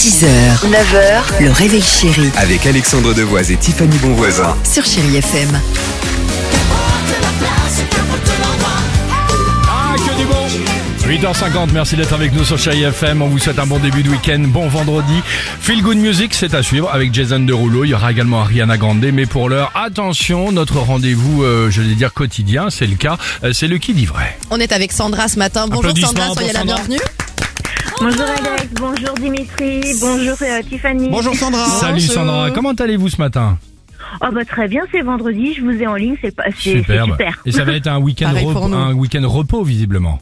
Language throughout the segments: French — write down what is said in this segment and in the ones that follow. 6h, 9h, le réveil chéri Avec Alexandre Devoise et Tiffany Bonvoisin. sur Chérie FM. Ah, que du bon 8h50, merci d'être avec nous sur Chérie FM. On vous souhaite un bon début de week-end, bon vendredi. Feel Good Music, c'est à suivre avec Jason Derulo. Il y aura également Ariana Grande. Mais pour l'heure, attention, notre rendez-vous, euh, je vais dire quotidien, c'est le cas, euh, c'est le qui dit vrai. On est avec Sandra ce matin. Bonjour Applaudissements Sandra, soyez pour la Sandra. bienvenue. Bonjour Alex, bonjour Dimitri, bonjour euh, Tiffany. Bonjour Sandra. Salut Bonjour. Sandra, comment allez-vous ce matin Oh bah très bien, c'est vendredi, je vous ai en ligne, c'est pas c'est c'est Superbe. super. Et ça va être un week-end Pareil pour repos, nous. un week-end repos visiblement.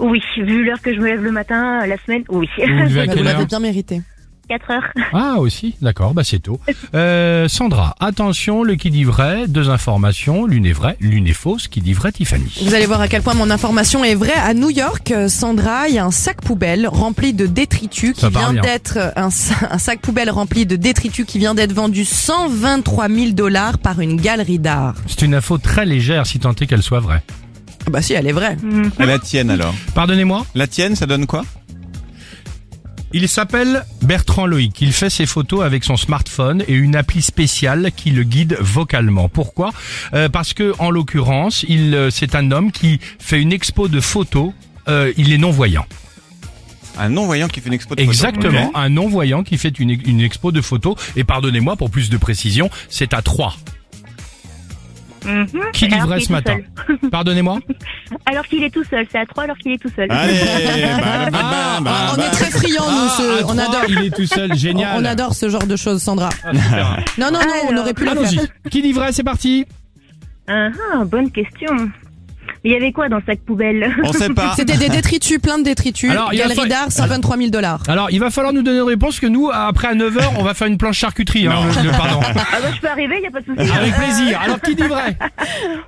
Oui, vu l'heure que je me lève le matin euh, la semaine, oui. Vous levez à Bah, quelle vous heure l'avez bien mérité. 4 heures. Ah aussi, d'accord, bah c'est tôt. Euh, Sandra, attention, le qui dit vrai, deux informations, l'une est vraie, l'une est fausse, qui dit vrai Tiffany. Vous allez voir à quel point mon information est vraie. À New York, euh, Sandra, il y a un sac poubelle rempli de détritus Ça qui part vient bien. d'être euh, un, sa- un sac poubelle rempli de détritus qui vient d'être vendu 123 000 dollars par une galerie d'art. C'est une info très légère si tant est qu'elle soit vraie. Ah Bah si, elle est vraie. Et la tienne alors Pardonnez-moi La tienne, ça donne quoi Il s'appelle Bertrand Loïc. Il fait ses photos avec son smartphone et une appli spéciale qui le guide vocalement. Pourquoi Euh, Parce que en l'occurrence, il euh, c'est un homme qui fait une expo de photos. euh, il est non-voyant. Un non-voyant qui fait une expo de photos. Exactement, Ok. un non-voyant qui fait une, une expo de photos. Et pardonnez-moi pour plus de précision, c'est à 3. Qui dit Alors vrai qu'il ce est tout matin Pardonnez-moi Alors qu'il est tout seul, c'est à 3 alors qu'il est tout seul. Allez, bah, bah, bah, bah, Ah on bah. est très friands, Ah, nous. ce- à on trois, adore. Il est tout seul, Ah, génial. On adore ce genre de choses, Sandra. Non, non, non, on Alors, aurait pu la faire. Allons-y. Qui dit vrai, c'est parti. Ah, ah, bonne question. Il y avait quoi dans le sac poubelle On sait pas. C'était des détritus, plein de détritus. Ah. Alors, il y a fa- galerie d'art, 123 000 dollars. Alors, il va falloir nous donner une réponse que nous, après à 9h, on va faire une planche charcuterie. hein, Non. je- je- pardon. Ah bah je peux arriver, il y a pas de souci. Avec plaisir. Alors, qui dit vrai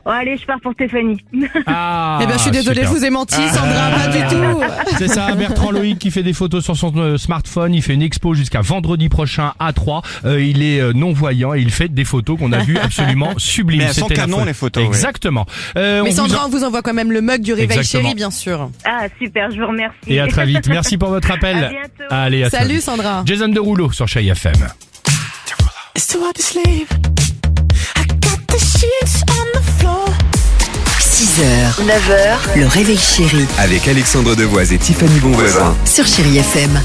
Oh, allez, je pars pour Stéphanie. ah, eh ben, je suis désolée, super. Ah. je vous ai menti, Sandra, pas du tout. C'est ça, Bertrand Loïc qui fait des photos sur son euh, smartphone. Il fait une expo jusqu'à vendredi prochain à 3. Euh, il est euh, non-voyant et il fait des photos qu'on a vues absolument sublimes. Mais elles sont C'était la canon, photo. les photos, ouais. Exactement. Euh, Mais on vous en- Sandra, on vous envoie quand même le mug du réveil Exactement. chéri, bien sûr. Ah super, je vous remercie. Et à très vite. Merci pour votre appel. À bientôt. Allez, à très Salut vite. Sandra. Jason Derulo sur Chai FM. It's too hard to sleep. I got the sheets on the floor. 6h, 9h, le réveil chéri Avec Alexandre Devoise et Tiffany Bonvoisin. sur Chérie FM.